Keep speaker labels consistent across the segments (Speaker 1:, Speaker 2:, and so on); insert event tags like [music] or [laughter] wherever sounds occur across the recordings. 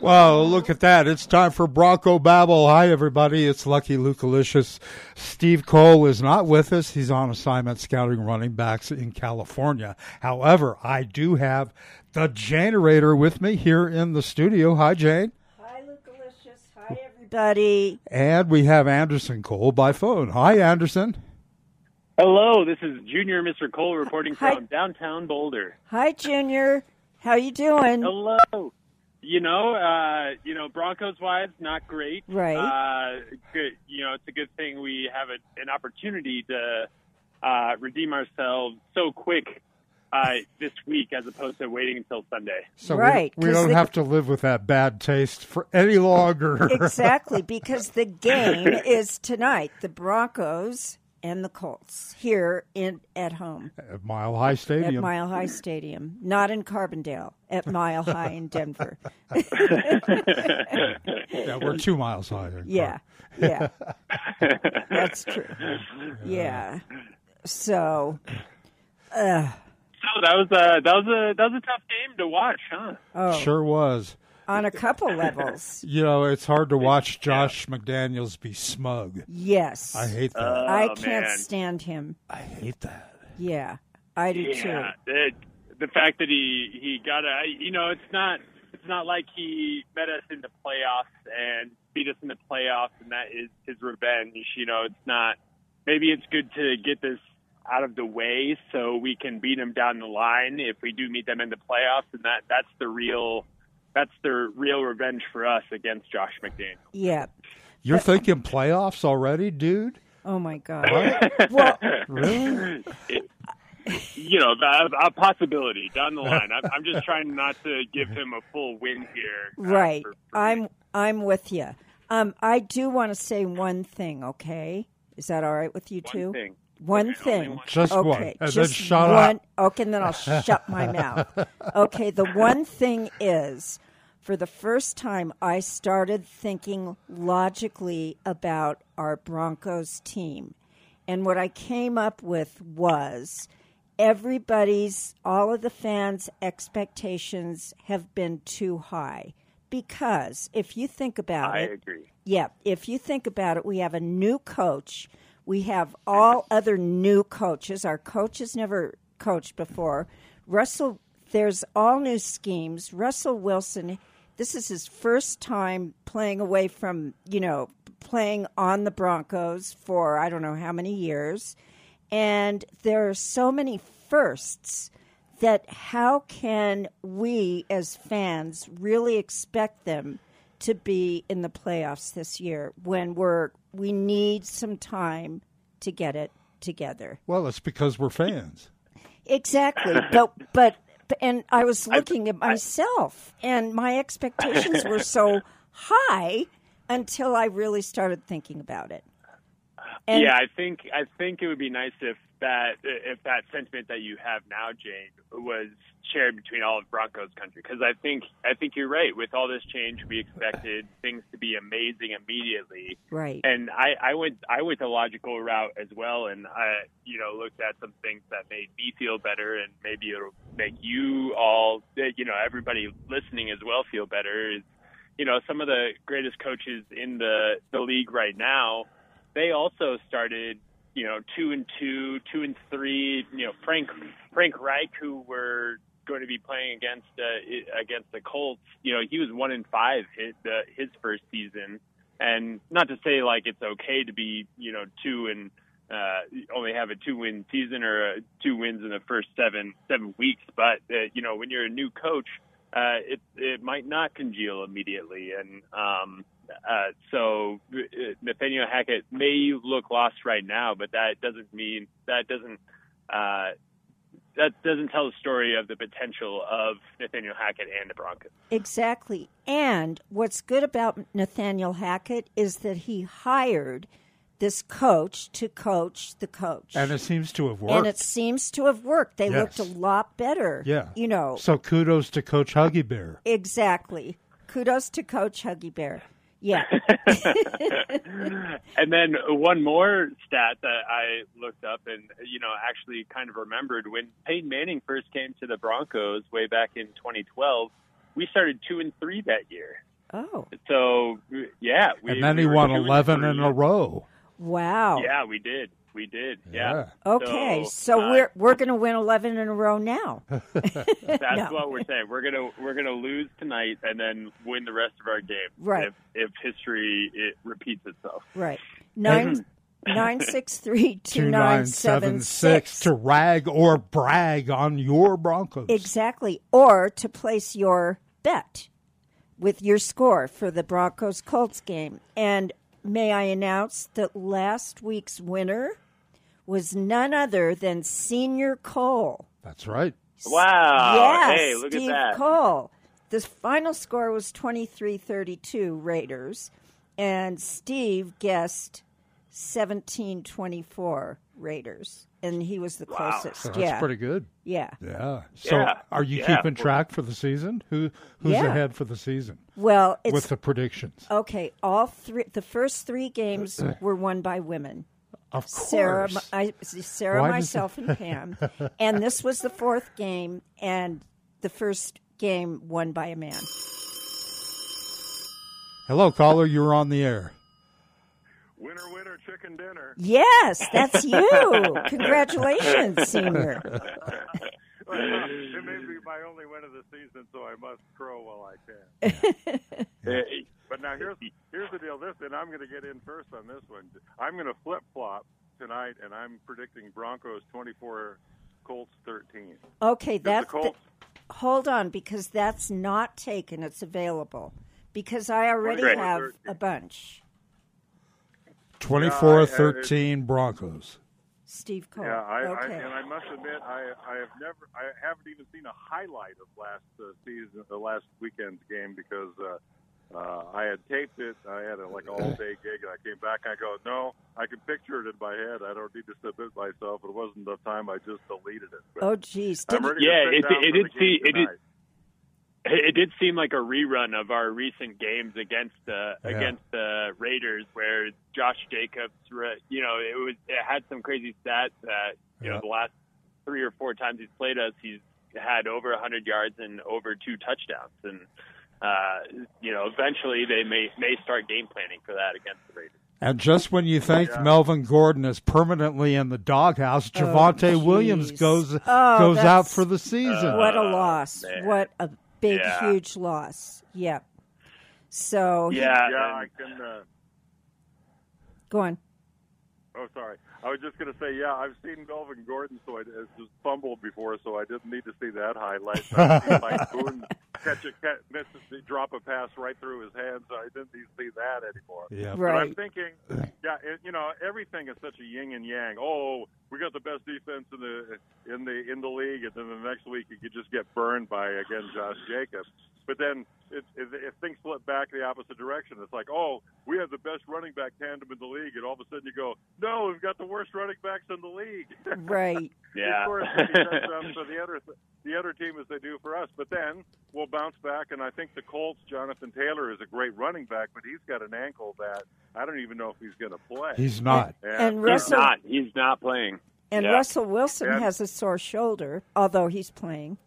Speaker 1: Well, look at that. It's time for Bronco Babble. Hi, everybody. It's Lucky Lukalicious. Steve Cole is not with us. He's on assignment scouting running backs in California. However, I do have the generator with me here in the studio. Hi, Jane.
Speaker 2: Hi, Lukalicious. Hi, everybody.
Speaker 1: And we have Anderson Cole by phone. Hi, Anderson.
Speaker 3: Hello, this is Junior Mr. Cole reporting
Speaker 2: Hi.
Speaker 3: from downtown Boulder.
Speaker 2: Hi, Junior. How you doing?
Speaker 3: Hello. You know, uh, you know, Broncos wise, not great.
Speaker 2: Right.
Speaker 3: Uh, good. You know, it's a good thing we have a, an opportunity to uh, redeem ourselves so quick uh, this week, as opposed to waiting until Sunday.
Speaker 1: So
Speaker 2: Right,
Speaker 1: we, we
Speaker 2: 'cause
Speaker 1: don't
Speaker 2: the-
Speaker 1: have to live with that bad taste for any
Speaker 2: [laughs]
Speaker 1: longer.
Speaker 2: Exactly, because the game is tonight. The Broncos and the Colts here in at home
Speaker 1: At Mile High
Speaker 2: at
Speaker 1: Stadium.
Speaker 2: Mile High Stadium, not in Carbondale, at Mile High in Denver.
Speaker 1: yeah, we're two miles higher.
Speaker 2: Yeah, yeah, that's true. Yeah, so
Speaker 3: So that was a that was a that was a tough game to watch, huh?
Speaker 2: oh,
Speaker 1: Sure was.
Speaker 2: on a couple levels,
Speaker 1: You know, it's hard to watch Josh McDaniels be smug.
Speaker 2: yes.
Speaker 1: I hate that.
Speaker 2: I
Speaker 3: Oh,
Speaker 2: can't
Speaker 3: man.
Speaker 2: stand him.
Speaker 1: I hate that.
Speaker 2: Yeah, I do
Speaker 3: Yeah,
Speaker 2: too.
Speaker 3: the, the fact that he he got a you know it's not it's not like he met us in the playoffs and beat us in the playoffs and that is his revenge. You know, it's not. Maybe it's good to get this out of the way so we can beat them down the line if we do meet them in the playoffs, and that that's the real. That's their real revenge for us against Josh McDaniel.
Speaker 2: Yeah.
Speaker 1: You're thinking playoffs already, dude?
Speaker 2: Oh
Speaker 3: [laughs]
Speaker 2: my God. well,
Speaker 1: Really?
Speaker 3: you know, a, a possibility down the line. I'm, I'm just trying not to give him a full win here. uh,
Speaker 2: right.
Speaker 3: for- for
Speaker 2: I'm I'm with you. Um, I do want to say one thing. Okay, is that all right with you two?
Speaker 3: one thing.
Speaker 2: One
Speaker 3: Okay, only
Speaker 2: thing.
Speaker 3: one.
Speaker 1: Just
Speaker 2: okay,
Speaker 1: one. And
Speaker 2: just
Speaker 1: then shut
Speaker 2: one.
Speaker 1: up.
Speaker 2: Okay, and then I'll
Speaker 1: [laughs]
Speaker 2: shut my mouth. Okay, the one thing is, for the first time, I started thinking logically about our Broncos team. And what I came up with was everybody's, all of the fans' expectations have been too high. Because if you think about
Speaker 3: I
Speaker 2: it,
Speaker 3: agree.
Speaker 2: yeah, if you think about it, we have a new coach. We have all other new coaches. Our coach has never coached before. Russell, there's all new schemes. Russell Wilson, this is his first time playing away from, you know, playing on the Broncos for I don't know how many years. And there are so many firsts that how can we as fans really expect them to be in the playoffs this year when we're we need some time to get it together.
Speaker 1: Well, it's because we're fans.
Speaker 2: [laughs] Exactly. but but and I was looking at myself and my expectations were so high until I really started thinking about it. And
Speaker 3: yeah, I think I think it would be nice if that if that sentiment that you have now, Jane, was shared between all of Broncos country. Because I think I think you're right. With all this change, we expected things to be amazing immediately.
Speaker 2: right.
Speaker 3: And I, I went I went the logical route as well, and I you know looked at some things that made me feel better, and maybe it'll make you all you know everybody listening as well feel better. Is you know some of the greatest coaches in the the league right now, they also started you know two and two, two and three. You know Frank Frank Reich, who were going to be playing against uh, i- against the Colts. You know he was one and five his, uh, his first season, and not to say like it's okay to be you know two and uh, only have a two win season or uh, two wins in the first seven seven weeks, but uh, you know when you're a new coach, uh, it it might not congeal immediately, and um, uh, so uh, Nathaniel Hackett may look lost right now, but that doesn't mean that doesn't uh, that doesn't tell the story of the potential of Nathaniel Hackett and the Broncos.
Speaker 2: Exactly. And what's good about Nathaniel Hackett is that he hired this coach to coach the coach.
Speaker 1: And it seems to have worked.
Speaker 2: And it seems to have worked. They
Speaker 1: Yes.
Speaker 2: looked a lot better.
Speaker 1: yeah.
Speaker 2: You know,
Speaker 1: So kudos to Coach Huggy Bear.
Speaker 2: exactly. Kudos to Coach Huggy Bear.
Speaker 3: [laughs]
Speaker 2: Yeah.
Speaker 3: and then one more stat that I looked up and you know actually kind of remembered when Peyton Manning first came to the Broncos way back in 2012, we started two and three that year.
Speaker 2: Oh,
Speaker 3: So yeah, we,
Speaker 1: and then
Speaker 3: we
Speaker 1: he
Speaker 3: were
Speaker 1: won
Speaker 3: two and
Speaker 1: 11 in
Speaker 3: three.
Speaker 1: a row.
Speaker 2: wow.
Speaker 3: Yeah, we did. We did.
Speaker 1: Yeah.
Speaker 3: Yeah.
Speaker 2: Okay, so,
Speaker 3: uh,
Speaker 2: we're we're going to win 11 in a row now.
Speaker 1: [laughs]
Speaker 3: That's
Speaker 2: No.
Speaker 3: what we're saying. We're gonna we're gonna lose tonight and then win the rest of our game.
Speaker 2: Right.
Speaker 3: If, if history it repeats itself.
Speaker 2: Right. 9 963
Speaker 1: 2976 to rag or brag on your Broncos.
Speaker 2: Exactly. Or to place your bet with your score for the Broncos Colts game. And may I announce that last week's winner was none other than Senior Cole.
Speaker 1: That's right.
Speaker 3: Wow.
Speaker 2: yes,
Speaker 3: Oh, hey, look
Speaker 2: Steve
Speaker 3: at that.
Speaker 2: Cole. The final score was 23-32 Raiders, and Steve guessed 17-24 Raiders, and he was the
Speaker 3: Wow.
Speaker 2: closest.
Speaker 1: So that's
Speaker 2: yeah,
Speaker 1: pretty good.
Speaker 2: yeah.
Speaker 1: Yeah. So
Speaker 3: Yeah.
Speaker 1: are you
Speaker 3: Yeah.
Speaker 1: keeping track for the season? Who who's
Speaker 2: Yeah.
Speaker 1: ahead for the season
Speaker 2: Well, it's
Speaker 1: with the predictions?
Speaker 2: okay. All three, the first three games were won by women.
Speaker 1: Uh, Of course.
Speaker 2: Sarah, I, Sarah,
Speaker 1: Why does
Speaker 2: myself,
Speaker 1: [laughs]
Speaker 2: and Pam. And this was the fourth game, and the first game won by a man.
Speaker 1: Hello caller, you're on the air.
Speaker 4: Winner, winner, chicken
Speaker 2: [laughs]
Speaker 4: dinner.
Speaker 2: Yes, that's
Speaker 1: [laughs]
Speaker 2: you. Congratulations, senior.
Speaker 4: it may be my only win of the season, so I must crow while I can.
Speaker 3: Hey,
Speaker 4: But now here's here's the deal. This, and I'm going to get in first on this one. I'm going to flip flop tonight, and I'm predicting Broncos 24, Colts 13. 'Cause
Speaker 2: Okay,
Speaker 4: The
Speaker 2: that's
Speaker 4: Colts.
Speaker 2: hold on because that's not taken. It's available because I already
Speaker 4: Great.
Speaker 2: have a bunch.
Speaker 1: 24-13 Broncos.
Speaker 2: Steve Cole.
Speaker 3: Oh,
Speaker 4: yeah, I,
Speaker 2: okay.
Speaker 4: I, and I must admit, I, I have never, I haven't even seen a highlight of last uh, season, the last weekend's game because uh, uh, I had taped it. I had a, like
Speaker 3: [clears throat]
Speaker 4: all day gig, and I came back and I go, no, I can picture it in my head. I don't need to submit myself. It wasn't enough time. I just deleted it. But
Speaker 2: oh, geez.
Speaker 4: I'm
Speaker 2: Did-
Speaker 4: ready to
Speaker 3: Yeah,
Speaker 4: sit
Speaker 3: it-
Speaker 4: down
Speaker 3: it
Speaker 4: for the
Speaker 3: did see-
Speaker 4: game
Speaker 3: it did-
Speaker 4: tonight.
Speaker 3: it did seem like a rerun of our recent games against the
Speaker 1: Yeah.
Speaker 3: against the Raiders, where Josh Jacobs, re- you know, it was it had some crazy stats that you
Speaker 1: Yeah.
Speaker 3: know the last three or four times he's played us, he's had over 100 yards and over two touchdowns, and uh, you know, eventually they may may start game planning for that against the Raiders.
Speaker 1: And just when you think Melvin Gordon is permanently in the doghouse, Javante Williams
Speaker 2: Oh, jeez.
Speaker 1: goes
Speaker 2: Oh,
Speaker 1: goes out
Speaker 2: that's-
Speaker 1: for the season.
Speaker 2: what a loss.
Speaker 3: Uh, man.
Speaker 2: What a big,
Speaker 3: Yeah.
Speaker 2: huge loss. Yeah. So, Oh, he-
Speaker 3: Yeah,
Speaker 4: Yeah, I
Speaker 3: and-
Speaker 4: can. Uh,
Speaker 2: go on.
Speaker 4: Oh, sorry. I was just going to say, yeah, I've seen Melvin Gordon, so I it's just fumbled before, so I didn't need to see that highlight. I've seen Mike Boone catch a catch, miss, drop a pass right through his hands. So I didn't need to see that anymore.
Speaker 1: Yeah.
Speaker 4: But
Speaker 2: Right.
Speaker 4: I'm thinking, yeah, it, you know, everything is such a yin and yang. Oh, we got the best defense in the in the in the league, and then the next week you could just get burned by again Josh Jacobs. But then it, if, if things flip back the opposite direction, it's like, oh, we have the best running back tandem in the league, and all of a sudden you go, no, we've got the worst running backs in the league.
Speaker 3: [laughs]
Speaker 2: Right.
Speaker 3: yeah.
Speaker 4: Of course, they
Speaker 3: [laughs]
Speaker 4: set up for the other the other team as they do for us. But then we'll bounce back, and I think the Colts. Jonathan Taylor is a great running back, but he's got an ankle that I don't even know if he's going to play.
Speaker 1: He's not.
Speaker 2: And
Speaker 3: he's
Speaker 2: Russell
Speaker 3: not. He's not playing.
Speaker 2: and
Speaker 3: Yeah.
Speaker 2: Russell Wilson
Speaker 4: And-
Speaker 2: has a sore shoulder, although he's playing.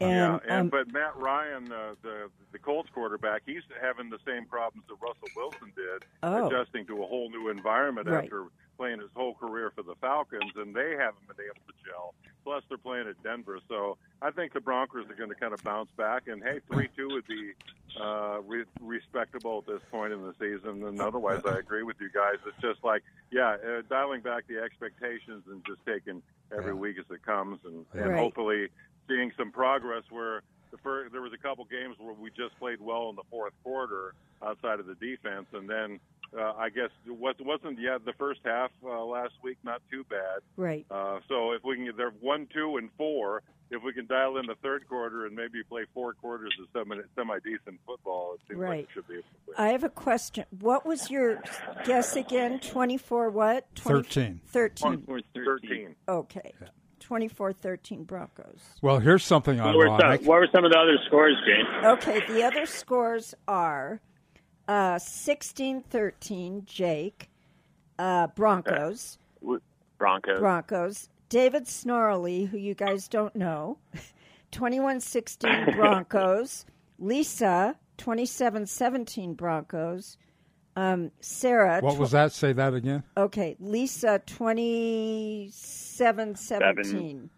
Speaker 2: And,
Speaker 4: yeah, and
Speaker 2: um,
Speaker 4: but Matt Ryan, uh, the the Colts quarterback, he's having the same problems that Russell Wilson did,
Speaker 2: Oh.
Speaker 4: adjusting to a whole new environment
Speaker 2: Right.
Speaker 4: after playing his whole career for the Falcons, and they haven't been able to gel. Plus, they're playing at Denver, so I think the Broncos are going to kind of bounce back. And hey, three two would be uh, re- respectable at this point in the season. And otherwise, I agree with you guys. It's just like, yeah, uh, dialing back the expectations and just taking every
Speaker 1: Yeah.
Speaker 4: week as it comes, and, and
Speaker 2: Right.
Speaker 4: hopefully seeing some progress where the first, there was a couple games where we just played well in the fourth quarter outside of the defense, and then uh, I guess what wasn't yeah the first half uh, last week not too bad.
Speaker 2: right.
Speaker 4: Uh, so if we can get there one, two, and four, if we can dial in the third quarter and maybe play four quarters of semi semi decent football, it seems like
Speaker 2: Right.
Speaker 4: it should be. Able to play.
Speaker 2: I have a question. What was your guess again? 24 what? 20
Speaker 1: 13.
Speaker 2: 13.
Speaker 3: We're 13.
Speaker 4: Thirteen.
Speaker 2: Okay. 24 13 Broncos.
Speaker 1: Well, here's something
Speaker 3: What were,
Speaker 1: ironic.
Speaker 3: some, what were some of the other scores, James?
Speaker 2: Okay, the other scores are uh, 16 13 Jake, uh, Broncos,
Speaker 3: Broncos.
Speaker 2: Broncos, David Snorley, who you [laughs] guys don't know, 21 16 Broncos, Lisa, 27 17 Broncos. Um, Sarah.
Speaker 1: What
Speaker 2: tw-
Speaker 1: was that? Say that again.
Speaker 2: Okay. Lisa 27 17.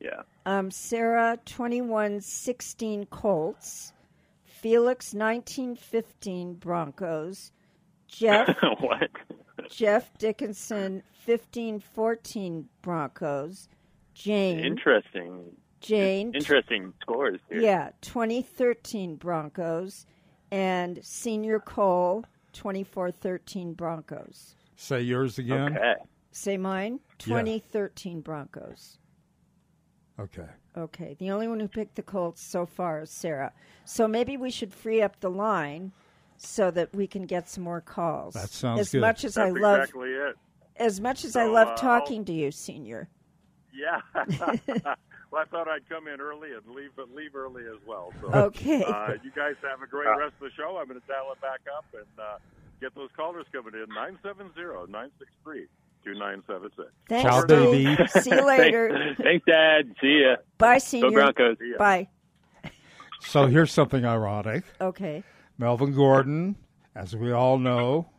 Speaker 3: Yeah.
Speaker 2: Um, Sarah 21 16 Colts. Felix 19 15 Broncos. Jeff
Speaker 3: [laughs] what?
Speaker 2: Jeff Dickinson 15 14 Broncos. Jane
Speaker 3: Interesting.
Speaker 2: Jane
Speaker 3: Interesting scores here.
Speaker 2: Yeah, 2013 Broncos and Senior Cole 2413 Broncos.
Speaker 1: Say yours again.
Speaker 3: Okay.
Speaker 2: Say mine,
Speaker 1: Yeah.
Speaker 2: 2013 Broncos.
Speaker 1: Okay.
Speaker 2: Okay, the only one who picked the Colts so far is Sarah. So maybe we should free up the line so that we can get some more calls.
Speaker 1: That sounds
Speaker 2: as
Speaker 1: good.
Speaker 2: much as I
Speaker 4: That's
Speaker 2: love
Speaker 4: exactly it.
Speaker 2: as much as I
Speaker 4: So,
Speaker 2: love
Speaker 4: uh, I'll-
Speaker 2: talking to you, senior. [laughs]
Speaker 4: Yeah. [laughs] well, I thought I'd come in early and leave, but leave early as well.
Speaker 3: [laughs]
Speaker 4: So,
Speaker 2: Okay.
Speaker 4: uh, you guys have a
Speaker 3: Uh,
Speaker 4: great rest of the show. I'm going to dial it back up and uh, get those callers coming in 970 963 2976.
Speaker 2: Thanks,
Speaker 1: Ciao,
Speaker 2: Steve.
Speaker 1: baby.
Speaker 2: See you later.
Speaker 3: [laughs] Thanks, Thanks, Dad. See ya.
Speaker 2: Bye,
Speaker 3: Go
Speaker 2: senior.
Speaker 3: Broncos.
Speaker 2: Bye.
Speaker 1: So here's something ironic.
Speaker 2: Okay.
Speaker 1: Melvin Gordon, as we all know,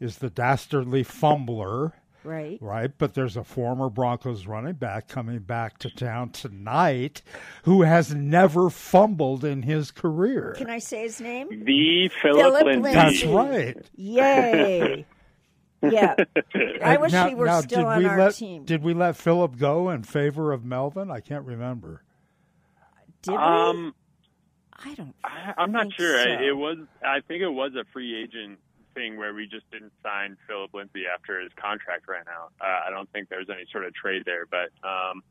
Speaker 1: is the dastardly fumbler,
Speaker 2: Right.
Speaker 1: right? But there's a former Broncos running back coming back to town tonight who has never fumbled in his career.
Speaker 2: Can I say his name?
Speaker 3: [laughs] The
Speaker 2: Philip
Speaker 3: Philip
Speaker 2: Lindsay.
Speaker 3: Lindsay.
Speaker 1: That's right.
Speaker 2: Yay! yeah, I
Speaker 1: And
Speaker 2: wish
Speaker 1: now-
Speaker 2: he were
Speaker 1: now,
Speaker 2: still
Speaker 1: did
Speaker 2: on
Speaker 1: we
Speaker 2: our
Speaker 1: let,
Speaker 2: team.
Speaker 1: Did we let Philip go in favor of Melvin? I can't remember.
Speaker 2: Did we?
Speaker 3: Um,
Speaker 2: I don't.
Speaker 3: I, I'm not
Speaker 2: think
Speaker 3: sure. I-
Speaker 2: so.
Speaker 3: It was. I think it was a free agent thing where we just didn't sign Philip Lindsay after his contract ran out. Uh, I don't think there was any sort of trade there, but. Um,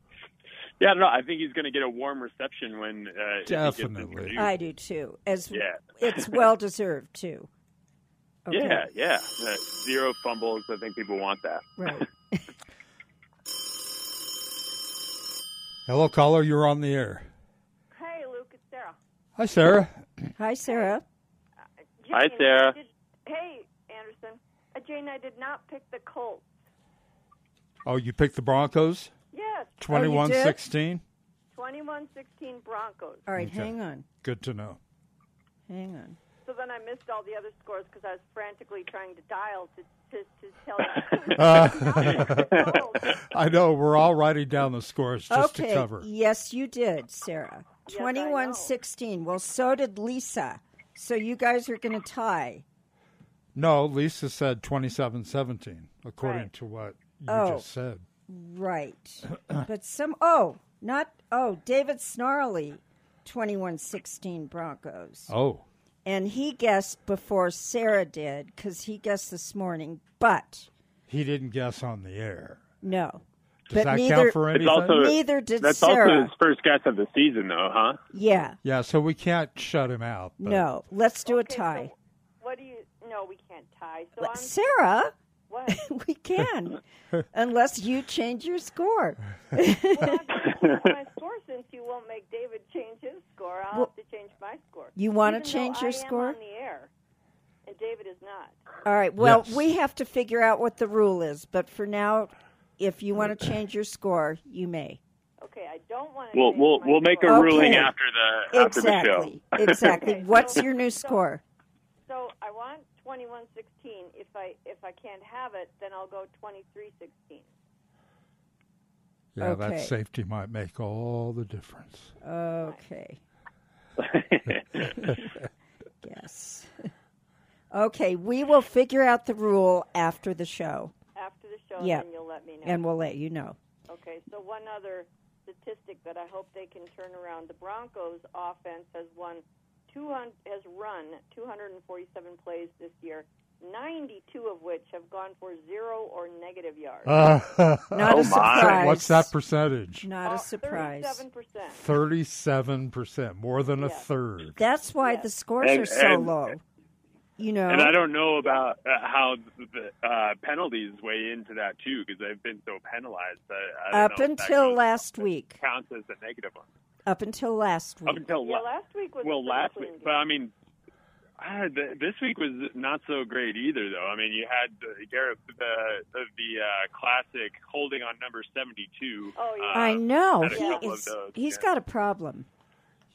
Speaker 3: yeah, I don't know. I think he's going to get a warm reception when uh, if he gets
Speaker 1: Definitely.
Speaker 3: introduced.
Speaker 2: I do too. As
Speaker 3: Yeah.
Speaker 2: it's well deserved too. Okay.
Speaker 3: Yeah, yeah. Uh, zero fumbles. I think people want that.
Speaker 2: Right.
Speaker 1: Hello, caller. You're on the air.
Speaker 5: Hey, Luke, it's Sarah. Uh,
Speaker 1: Hi, Sarah.
Speaker 2: Hi, Sarah.
Speaker 3: Hi,
Speaker 5: Jane,
Speaker 3: Sarah.
Speaker 5: I did- hey, Anderson. Uh, Jane, I did not pick the Colts.
Speaker 1: Oh, you picked the Broncos?
Speaker 5: Yes,
Speaker 2: Oh, you
Speaker 1: Twenty-one
Speaker 2: did?
Speaker 1: sixteen.
Speaker 5: twenty-one sixteen Broncos.
Speaker 2: All right,
Speaker 1: Okay.
Speaker 2: hang on,
Speaker 1: Good to know.
Speaker 2: hang on.
Speaker 5: So then I missed all the other scores because I was frantically trying to dial to, to, to tell you. [laughs]
Speaker 2: Uh.
Speaker 1: I know. We're all writing down the scores just
Speaker 2: okay.
Speaker 1: to cover.
Speaker 2: Yes, you did, Sarah.
Speaker 5: Yes, I know.
Speaker 2: Twenty-one sixteen. Well, so did Lisa. So you guys are going to tie.
Speaker 1: No, Lisa said twenty-seven seventeen, according
Speaker 5: Right.
Speaker 1: to what you
Speaker 2: Oh.
Speaker 1: just said.
Speaker 2: Right. but some oh, not oh, David Snarley, 2116 Broncos.
Speaker 1: Oh.
Speaker 2: And he guessed before Sarah did cuz he guessed this morning, but
Speaker 1: He didn't guess on the air.
Speaker 2: no.
Speaker 1: Does
Speaker 2: But
Speaker 1: that
Speaker 2: neither-
Speaker 1: count for
Speaker 3: It's
Speaker 1: anything?
Speaker 3: also
Speaker 2: Neither did
Speaker 3: that's
Speaker 2: Sarah.
Speaker 3: also his first guess of the season, though, huh?
Speaker 2: Yeah.
Speaker 1: yeah, so we can't shut him out. but-
Speaker 2: No. Let's [laughs] do a
Speaker 5: Okay, so
Speaker 2: tie.
Speaker 5: what do you? No, we can't tie. So
Speaker 2: Let-
Speaker 5: I'm
Speaker 2: Sarah, [laughs]
Speaker 5: what?
Speaker 1: [laughs]
Speaker 2: we can. unless you change your score.
Speaker 5: Well, I'm gonna change
Speaker 2: [laughs]
Speaker 5: my score since you won't make David change his score. I'll
Speaker 2: Well-
Speaker 5: have to change my score.
Speaker 2: You wanna
Speaker 5: Even though
Speaker 2: change your
Speaker 5: I
Speaker 2: score?
Speaker 5: Am on the air, and David is not.
Speaker 2: All right. Well,
Speaker 1: Yes.
Speaker 2: we have to figure out what the rule is, but for now if you
Speaker 1: [clears throat]
Speaker 2: want to change your score, you may.
Speaker 5: Okay, I don't want to.
Speaker 3: We'll we'll we'll make a
Speaker 2: Okay.
Speaker 3: ruling after the after
Speaker 2: Exactly.
Speaker 3: the show.
Speaker 2: Exactly.
Speaker 3: [laughs]
Speaker 5: Okay,
Speaker 2: What's
Speaker 5: so-
Speaker 2: your new
Speaker 5: so-
Speaker 2: score?
Speaker 5: So I want twenty one sixteen. If I if I can't have it, then I'll go twenty three sixteen.
Speaker 1: Yeah, that
Speaker 2: Okay.
Speaker 1: safety might make all the difference.
Speaker 2: Okay. [laughs] yes. Okay, we will figure out the rule after the show
Speaker 5: After the show,
Speaker 2: Yeah.
Speaker 5: then you'll let me know.
Speaker 2: and we'll let you know.
Speaker 5: okay. So one other statistic that I hope they can turn around: the Broncos' offense has won two hundred has run two hundred and forty seven plays this year. 92 of which have gone for zero or negative yards.
Speaker 2: [laughs] Not
Speaker 3: Oh,
Speaker 2: a
Speaker 3: my.
Speaker 2: surprise.
Speaker 1: What's that percentage?
Speaker 5: Oh,
Speaker 2: Not a surprise.
Speaker 5: 37%.
Speaker 1: 37%, more than a
Speaker 5: Yeah.
Speaker 1: third.
Speaker 2: That's why
Speaker 5: Yeah.
Speaker 2: the scores
Speaker 3: And-
Speaker 2: are so
Speaker 3: and-
Speaker 2: low. You know,
Speaker 3: and I don't know about uh, how the uh, penalties weigh into that too, because they've been so penalized. Uh, I
Speaker 2: up
Speaker 3: don't know if that
Speaker 2: until
Speaker 3: goes-
Speaker 2: last week. Hmm.
Speaker 3: counts as a negative one.
Speaker 2: Up until last
Speaker 3: Up
Speaker 2: week.
Speaker 3: until
Speaker 5: Yeah,
Speaker 3: la-
Speaker 5: last week was a
Speaker 3: well
Speaker 5: pretty
Speaker 3: last
Speaker 5: clean
Speaker 3: week,
Speaker 5: game.
Speaker 3: but I mean, I, th- this week was not so great either. Though I mean, you had uh, Garrett the the, the uh, classic holding on number seventy two.
Speaker 5: Oh, yeah.
Speaker 2: I know
Speaker 3: uh, had a
Speaker 2: he
Speaker 3: couple of
Speaker 2: is.
Speaker 3: those,
Speaker 2: He's
Speaker 3: yeah.
Speaker 2: got a problem.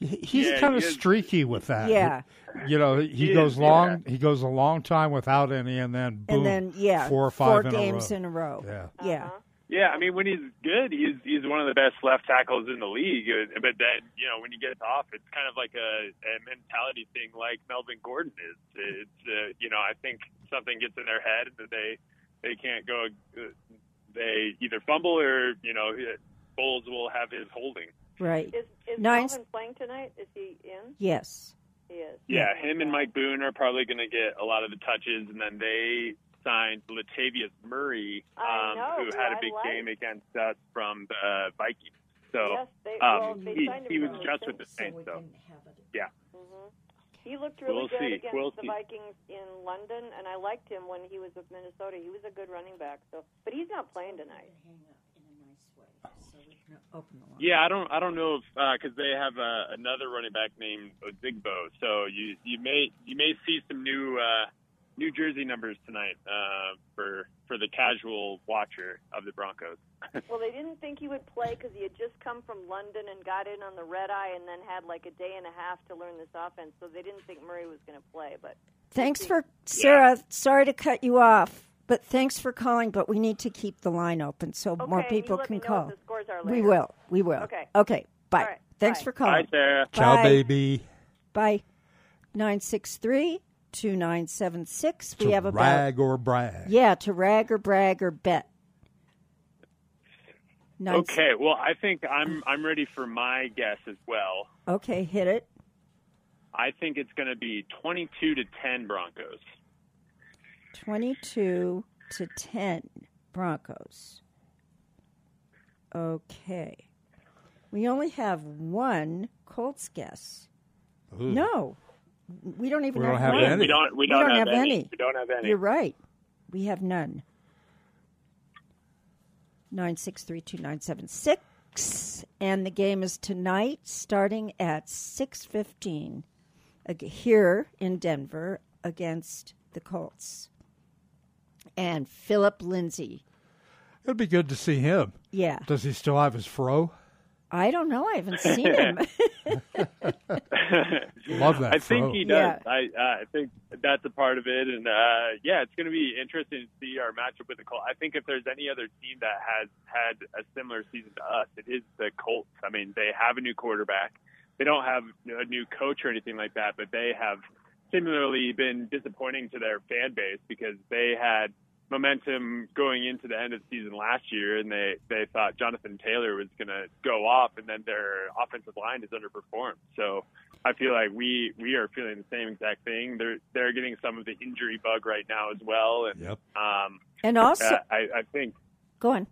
Speaker 1: He- He's
Speaker 3: Yeah,
Speaker 1: kind of
Speaker 3: he is-
Speaker 1: streaky with that.
Speaker 2: Yeah.
Speaker 1: You know, he,
Speaker 3: He
Speaker 1: goes
Speaker 3: is,
Speaker 1: long. He goes a long time without any, and then boom,
Speaker 2: and then yeah,
Speaker 1: four or five in
Speaker 2: games
Speaker 1: a row.
Speaker 2: in a row.
Speaker 1: Yeah.
Speaker 2: yeah.
Speaker 5: Uh-huh.
Speaker 3: Yeah, I mean, when he's good, he's he's one of the best left tackles in the league. Uh, But then, you know, when he gets off, it's kind of like a, a mentality thing, like Melvin Gordon is. It's uh, you know, I think something gets in their head that they they can't go. uh, They either fumble or you know, uh, Bowles will have his holding.
Speaker 2: Right.
Speaker 5: Is is
Speaker 2: Nine-
Speaker 5: Melvin playing tonight? Is he in?
Speaker 2: Yes.
Speaker 5: He is.
Speaker 3: Yeah, him and Mike Boone are probably going to get a lot of the touches, and then they signed Latavius Murray,
Speaker 5: I
Speaker 3: um,
Speaker 5: know,
Speaker 3: who
Speaker 5: who
Speaker 3: had
Speaker 5: I
Speaker 3: a big
Speaker 5: like.
Speaker 3: game against us from the uh, Vikings. So.
Speaker 5: Yes, they, well,
Speaker 3: Um,
Speaker 5: they
Speaker 3: he,
Speaker 5: signed him
Speaker 3: he was
Speaker 5: from the
Speaker 3: just with the
Speaker 6: So
Speaker 3: Saints,
Speaker 6: we
Speaker 3: though.
Speaker 6: can have it.
Speaker 5: Mhm. He looked really
Speaker 3: We'll
Speaker 5: good
Speaker 3: see.
Speaker 5: against
Speaker 3: We'll
Speaker 5: the
Speaker 3: see.
Speaker 5: Vikings in London, and I liked him when he was with Minnesota. He was a good running back, so but he's not playing
Speaker 3: [laughs]
Speaker 5: tonight.
Speaker 6: Hang up in a nice way so we can open the line.
Speaker 3: Yeah, I don't, I don't know if because they have uh, another running back named Odigbo, so you you may you may see some new uh, New Jersey numbers tonight uh, for for the casual watcher of the Broncos.
Speaker 5: Well, they didn't think he would play because he had just come from London and got in on the red eye, and then had like a day and a half to learn this offense. So they didn't think Murray was going to play, but
Speaker 2: Thanks for Sarah. Sorry to cut you off, but thanks for calling. But we need to keep the line open so
Speaker 5: okay,
Speaker 2: more
Speaker 5: and you
Speaker 2: people
Speaker 5: let
Speaker 2: can
Speaker 5: me know
Speaker 2: call.
Speaker 5: What the scores are
Speaker 2: We
Speaker 5: later.
Speaker 2: will. We will.
Speaker 5: Okay.
Speaker 2: Okay. Bye.
Speaker 5: All right.
Speaker 2: Thanks
Speaker 5: Bye.
Speaker 2: for
Speaker 3: Hi,
Speaker 2: calling.
Speaker 3: Sarah.
Speaker 1: Ciao,
Speaker 2: Bye.
Speaker 1: baby.
Speaker 2: Bye. 963 2976.
Speaker 1: to
Speaker 2: We have about.
Speaker 1: rag or brag.
Speaker 2: Yeah, to rag or brag or bet. Nine-
Speaker 3: Okay, well, I think I'm I'm ready for my guess as well.
Speaker 2: Okay, hit it.
Speaker 3: I think it's going to be 22 to 10 Broncos.
Speaker 2: 22 to 10 Broncos. Okay. We only have one Colts guess.
Speaker 1: Ooh.
Speaker 2: No. We don't even
Speaker 1: Hmm. We
Speaker 2: have,
Speaker 1: don't have
Speaker 2: one.
Speaker 1: any.
Speaker 3: We don't we
Speaker 2: We
Speaker 3: don't,
Speaker 2: don't
Speaker 3: have,
Speaker 2: have
Speaker 3: any.
Speaker 2: any.
Speaker 3: We don't have any.
Speaker 2: You're right. We have none. 9632976 and the game is tonight starting at 6:15 ag- here in Denver against the Colts. And Philip Lindsay.
Speaker 1: It'd be good to see him.
Speaker 2: Yeah.
Speaker 1: Does he still have his fro?
Speaker 2: I don't know. I haven't seen him.
Speaker 1: Love that throw.
Speaker 3: I think he does. I uh, I think that's a part of it, and uh, yeah, it's going to be interesting to see our matchup with the Colts. I think if there's any other team that has had a similar season to us, it is the Colts. I mean, they have a new quarterback. They don't have a new coach or anything like that, but they have similarly been disappointing to their fan base because they had momentum going into the end of the season last year, and they they thought Jonathan Taylor was going to go off, and then their offensive line has underperformed. So I feel like we we are feeling the same exact thing. They're they're getting some of the injury bug right now as well, and
Speaker 1: Yep.
Speaker 3: um,
Speaker 2: and also,
Speaker 3: uh, I, I think
Speaker 2: go on.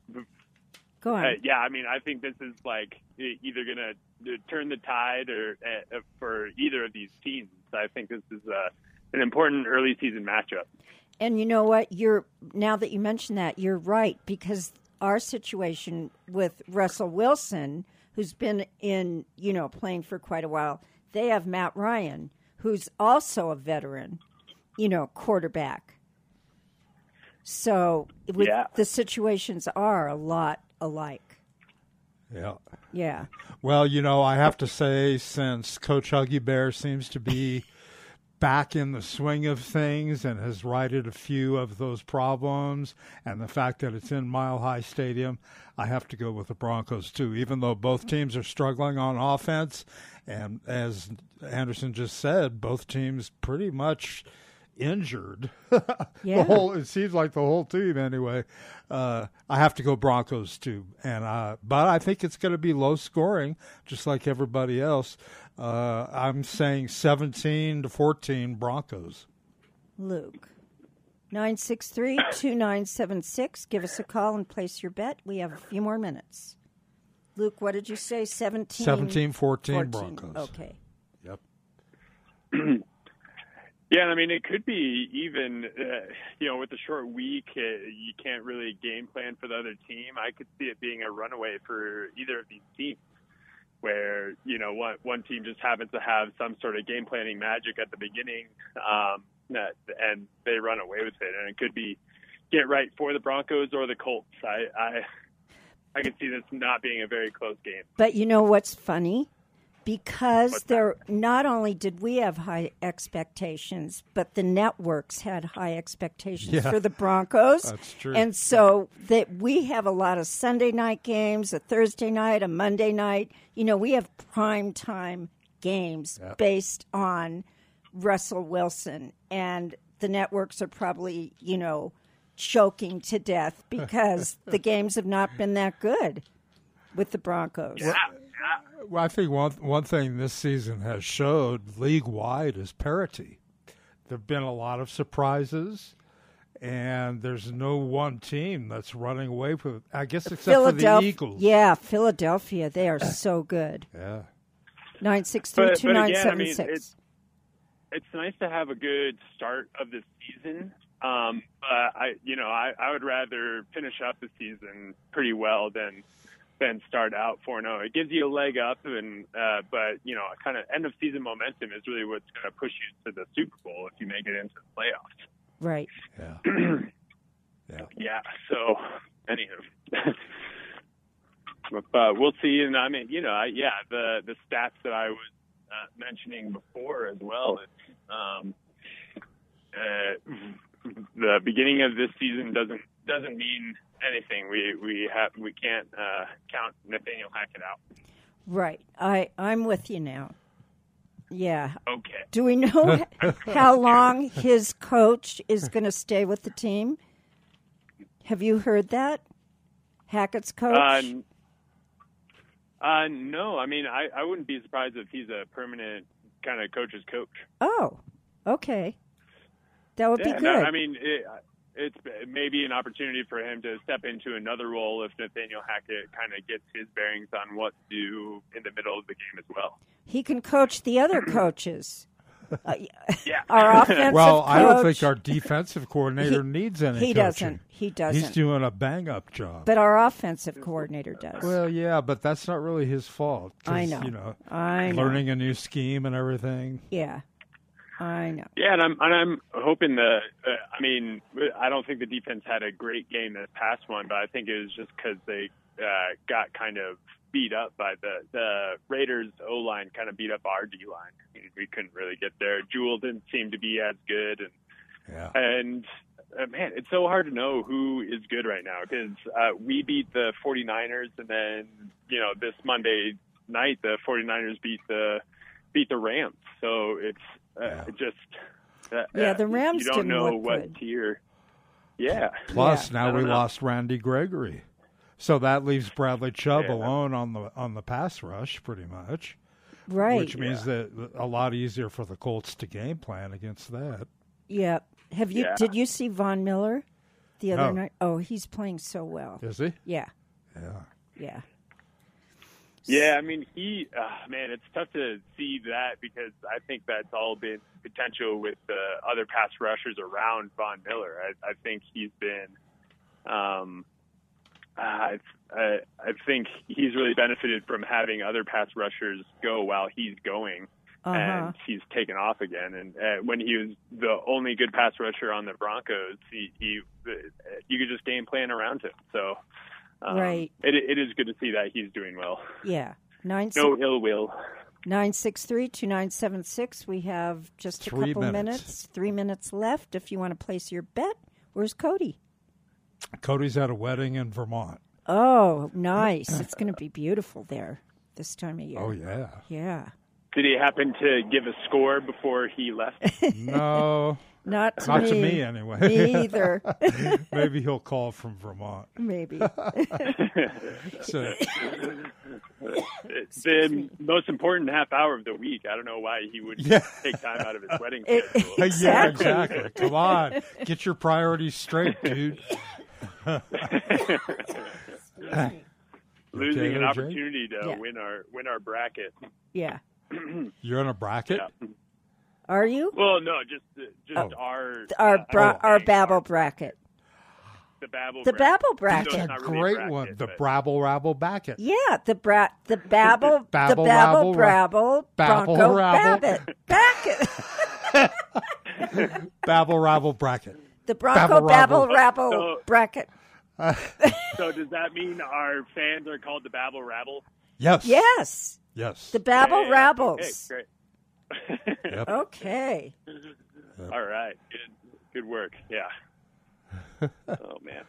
Speaker 2: Go on.
Speaker 3: uh, yeah, I mean, I think this is like e- either going to turn the tide or uh, for either of these teams. I think this is uh, an important early season matchup.
Speaker 2: And you know what? You're now that you mention that, you're right because our situation with Russell Wilson, who's been in, you know, playing for quite a while, they have Matt Ryan, who's also a veteran, you know, quarterback. So with,
Speaker 3: Yeah.
Speaker 2: the situations are a lot alike.
Speaker 1: Yeah.
Speaker 2: Yeah.
Speaker 1: Well, you know, I have to say, since Coach Huggy Bear seems to be back in the swing of things and has righted a few of those problems, and the fact that it's in Mile High Stadium, I have to go with the Broncos too. Even though both teams are struggling on offense, and as Anderson just said, both teams pretty much injured. [laughs]
Speaker 2: Yeah.
Speaker 1: the whole it seems like the whole team anyway. Uh, I have to go Broncos too, and uh, but I think it's going to be low scoring, just like everybody else. Uh, I'm saying 17 to 14 Broncos.
Speaker 2: Luke. 963 2976. Give us a call and place your bet. We have a few more minutes. Luke, what did you say? 17
Speaker 1: 17 14
Speaker 2: 14.
Speaker 1: Broncos.
Speaker 2: Okay.
Speaker 1: Yep.
Speaker 3: Yeah, and I mean, it could be even, uh, you know, with the short week, uh, you can't really game plan for the other team. I could see it being a runaway for either of these teams, where you know one one team just happens to have some sort of game planning magic at the beginning, um, that- and they run away with it, and it could be get right for the Broncos or the Colts. I I, I could see this not being a very close game.
Speaker 2: But you know what's funny? because there not only did we have high expectations, but the networks had high expectations
Speaker 1: Yeah.
Speaker 2: for the Broncos.
Speaker 1: That's true.
Speaker 2: And so that we have a lot of Sunday night games, a Thursday night, a Monday night. You know, we have prime time games based on Russell Wilson, and the networks are probably you know choking
Speaker 1: [laughs]
Speaker 2: to death because the games have not been that good with the Broncos.
Speaker 1: Well, I think one one thing this season has showed league wide is parity. There've been a lot of surprises, and there's no one team that's running away from. I guess except for the
Speaker 2: Philadelphia,
Speaker 1: Eagles.
Speaker 2: yeah, Philadelphia, they are so good.
Speaker 1: Yeah.
Speaker 2: Nine six three
Speaker 3: But-
Speaker 2: two
Speaker 3: but
Speaker 2: nine
Speaker 3: again, I
Speaker 2: seven
Speaker 3: mean,
Speaker 2: six.
Speaker 3: it's- it's nice to have a good start of the season. Um, but I, you know, I, I would rather finish up the season pretty well than than start out four zero. It gives you a leg up, and uh, but you know, kind of end of season momentum is really what's going to push you to the Super Bowl if you make it into the playoffs.
Speaker 2: Right.
Speaker 1: Yeah.
Speaker 3: Yeah. So, anywho. [laughs] But uh, we'll see, and I mean, you know, I, yeah, the the stats that I was uh, mentioning before as well. It's, um, uh, the beginning of this season doesn't doesn't mean anything. We we have we can't uh, count Nathaniel Hackett out.
Speaker 2: Right. I I'm with you now. Yeah.
Speaker 3: Okay,
Speaker 2: Do
Speaker 1: [laughs]
Speaker 2: we know h- how long his coach is going to stay with the team? Have you heard that? Hackett's coach?
Speaker 3: Uh, n- uh, no, I mean, I, I wouldn't be surprised if he's a permanent kind of coach's coach.
Speaker 2: oh, okay. That would
Speaker 3: Yeah,
Speaker 2: be
Speaker 3: no,
Speaker 2: good.
Speaker 3: I mean, it, it's maybe an opportunity for him to step into another role if Nathaniel Hackett kind of gets his bearings on what to do in the middle of the game as well.
Speaker 2: he can coach the
Speaker 3: [clears throat]
Speaker 2: other coaches. Uh,
Speaker 3: Yeah.
Speaker 2: [laughs] our offensive
Speaker 1: Well, I don't
Speaker 2: coach-
Speaker 1: think our defensive coordinator
Speaker 2: [laughs] He-
Speaker 1: needs any.
Speaker 2: he
Speaker 1: coaching.
Speaker 2: doesn't. He
Speaker 1: He's
Speaker 2: doesn't.
Speaker 1: doing a bang up job.
Speaker 2: but our offensive coordinator does.
Speaker 1: well, yeah, but that's not really his fault. 'cause,
Speaker 2: I know.
Speaker 1: You know,
Speaker 2: I know.
Speaker 1: learning a new scheme and everything.
Speaker 2: Yeah, I know.
Speaker 3: Yeah, and I'm and I'm hoping the. Uh, I mean, I don't think the defense had a great game this past one, but I think it was just because they uh, got kind of beat up by the the Raiders O line, kind of beat up our D line. We couldn't really get there. Jewel didn't seem to be as good, and
Speaker 1: Yeah.
Speaker 3: and uh, man, it's so hard to know who is good right now because uh, we beat the 49ers, and then you know this Monday night the 49ers beat the beat the Rams. So it's uh,
Speaker 1: Yeah.
Speaker 3: just uh,
Speaker 2: Yeah,
Speaker 3: uh,
Speaker 2: the Rams
Speaker 3: You don't
Speaker 2: didn't
Speaker 3: know
Speaker 2: look
Speaker 3: what
Speaker 2: good.
Speaker 3: tier. Yeah,
Speaker 1: Plus,
Speaker 3: I
Speaker 1: now
Speaker 3: don't
Speaker 1: we
Speaker 3: know.
Speaker 1: lost Randy Gregory, so that leaves Bradley Chubb
Speaker 3: Yeah.
Speaker 1: alone on the on the pass rush, pretty much,
Speaker 2: Right.
Speaker 1: which means that a lot easier for the Colts to game plan against that.
Speaker 2: yeah. Have you?
Speaker 3: Yeah.
Speaker 2: Did you see Von Miller the
Speaker 1: No.
Speaker 2: other night? Oh, he's playing so well.
Speaker 1: Is he?
Speaker 2: Yeah.
Speaker 1: Yeah.
Speaker 2: Yeah.
Speaker 3: Yeah, I mean, he, uh, man, it's tough to see that because I think that's all been potential with the other pass rushers around Von Miller. I, I think he's been, um, uh, I, I I think he's really benefited from having other pass rushers go while he's going.
Speaker 2: Uh-huh.
Speaker 3: And he's taken off again. And uh, when he was the only good pass rusher on the Broncos, he, he you could just game plan around him. So, um,
Speaker 2: Right.
Speaker 3: It, it is good to see that he's doing well.
Speaker 2: Yeah. Nine six
Speaker 3: No ill will.
Speaker 2: nine six three two nine seven six. We have just
Speaker 1: Three
Speaker 2: a couple minutes.
Speaker 1: minutes.
Speaker 2: Three minutes left. If you want to place your bet, where's Cody?
Speaker 1: Cody's at a wedding in Vermont.
Speaker 2: Oh, nice. it's going to be beautiful there this time of year.
Speaker 1: Oh yeah.
Speaker 2: Yeah.
Speaker 3: Did he happen to give a score before
Speaker 2: [laughs]
Speaker 3: he left?
Speaker 1: No,
Speaker 2: Not to
Speaker 1: Not
Speaker 2: me.
Speaker 1: to me, anyway.
Speaker 2: Me either.
Speaker 1: [laughs] maybe he'll call from Vermont. [laughs]
Speaker 2: Maybe. [laughs]
Speaker 1: So
Speaker 3: the most important half hour of the week. I don't know why he would
Speaker 1: Yeah.
Speaker 3: take time out of
Speaker 2: [laughs]
Speaker 3: his wedding
Speaker 2: Uh, It-
Speaker 3: schedule.
Speaker 1: yeah,
Speaker 2: Exactly.
Speaker 1: exactly. Come on, get your priorities straight, dude.
Speaker 3: [laughs] Losing
Speaker 1: Okay,
Speaker 3: an
Speaker 1: OJ?
Speaker 3: opportunity to
Speaker 2: Yeah.
Speaker 3: win our win our bracket.
Speaker 2: Yeah.
Speaker 1: You're in a bracket.
Speaker 2: Are you?
Speaker 3: Well, no, just just
Speaker 1: Oh.
Speaker 3: our
Speaker 2: Our bra-
Speaker 3: uh,
Speaker 2: our Babel bracket.
Speaker 3: the Babel
Speaker 2: The
Speaker 3: bracket.
Speaker 2: Babel
Speaker 1: That's a
Speaker 2: bracket.
Speaker 3: not really a
Speaker 1: great
Speaker 3: bracket,
Speaker 1: one. The
Speaker 3: but-
Speaker 1: Brabble Rabble Backet.
Speaker 2: Yeah, the bra- the Babel the
Speaker 1: Babel,
Speaker 2: Babel
Speaker 1: rabble,
Speaker 2: Brabble
Speaker 1: Babel,
Speaker 2: Bronco
Speaker 1: rabble.
Speaker 2: Babbitt Bracket.
Speaker 1: [laughs] Babble Rabble Bracket.
Speaker 2: The Bronco
Speaker 1: Babble,
Speaker 2: Babel Rabble
Speaker 3: So-
Speaker 2: bracket.
Speaker 3: So does that mean our fans are called the Babel Rabble?
Speaker 1: Yes.
Speaker 2: Yes,
Speaker 1: Yes.
Speaker 2: the Babel
Speaker 3: Yeah,
Speaker 2: Rabbles.
Speaker 3: Okay, great.
Speaker 1: Yep.
Speaker 2: Okay.
Speaker 3: All right. Good, good work.
Speaker 1: [laughs]
Speaker 3: Yeah. oh man.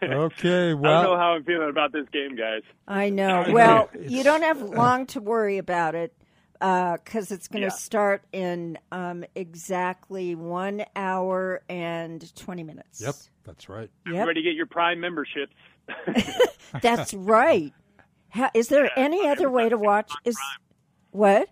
Speaker 1: Okay.
Speaker 3: I don't know
Speaker 1: Well,
Speaker 3: how I'm feeling about this game, guys.
Speaker 2: I know. Well,
Speaker 1: It's-
Speaker 2: you
Speaker 1: [laughs]
Speaker 2: don't have long to worry about it because it's going to
Speaker 3: Yeah.
Speaker 2: start in um, exactly one hour and 20 minutes.
Speaker 1: yep. That's right.
Speaker 2: Yep.
Speaker 3: Ready to get your Prime memberships?
Speaker 2: That's right. Ha is there any other way to watch? Is what?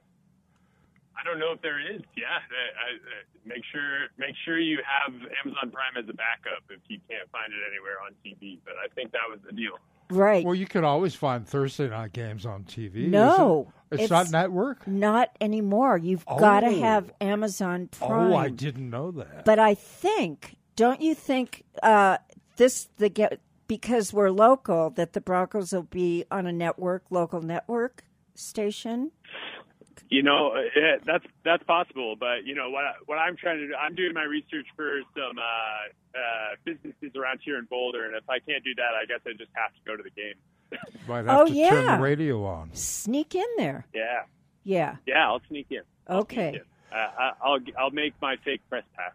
Speaker 3: I don't know if there is. Yeah, I, I, I- make sure make sure you have Amazon Prime as a backup if you can't find it anywhere on TV. But I think that was the deal.
Speaker 2: Right.
Speaker 1: Well, you can always find Thursday night games on TV. is
Speaker 2: No,
Speaker 1: it? It's,
Speaker 2: it's-
Speaker 1: not network.
Speaker 2: Not anymore. You've got to
Speaker 1: Oh.
Speaker 2: have Amazon Prime.
Speaker 1: Oh, I didn't know that.
Speaker 2: But I think, don't you think uh, this the get because we're local that the Broncos will be on a network local network station?
Speaker 3: You know, uh, yeah, that's that's possible. But you know what? I, what I'm trying to do, I'm doing my research for some uh, uh, businesses around here in Boulder, and if I can't do that, I guess I just have to go to the game.
Speaker 1: Might have
Speaker 2: Oh,
Speaker 1: to turn
Speaker 2: yeah.
Speaker 1: the radio on.
Speaker 2: Sneak in there.
Speaker 3: Yeah,
Speaker 2: Yeah.
Speaker 3: yeah, I'll sneak in. I'll sneak
Speaker 2: Okay.
Speaker 3: in. Uh, I- I'll I'll make my fake press pass.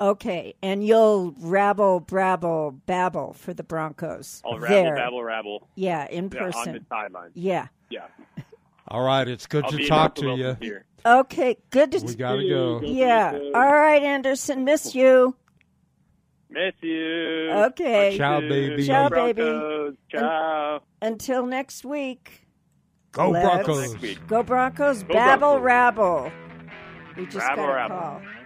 Speaker 2: Okay. And you'll rabble, brabble, babble for the Broncos.
Speaker 3: I'll rabble,
Speaker 2: there.
Speaker 3: babble, rabble
Speaker 2: Yeah, in
Speaker 3: yeah, on the
Speaker 2: person.
Speaker 3: sideline.
Speaker 2: Yeah.
Speaker 3: Yeah,
Speaker 1: All right. It's good
Speaker 3: I'll
Speaker 1: to
Speaker 3: be
Speaker 1: talk
Speaker 3: in
Speaker 1: to you.
Speaker 3: Buffalo Here.
Speaker 2: Okay. Good to.
Speaker 1: We gotta go.
Speaker 2: yeah. All right, Anderson. Miss you.
Speaker 3: Miss you.
Speaker 2: Okay.
Speaker 1: Ciao, baby.
Speaker 2: Ciao, baby.
Speaker 3: Broncos. Ciao.
Speaker 2: Until next week.
Speaker 1: Go
Speaker 2: Let's-
Speaker 1: Broncos.
Speaker 3: Next week.
Speaker 2: Go Broncos, babble
Speaker 3: Broncos.
Speaker 2: rabble. We just
Speaker 3: Rabble
Speaker 2: got a
Speaker 3: rabble.
Speaker 2: call.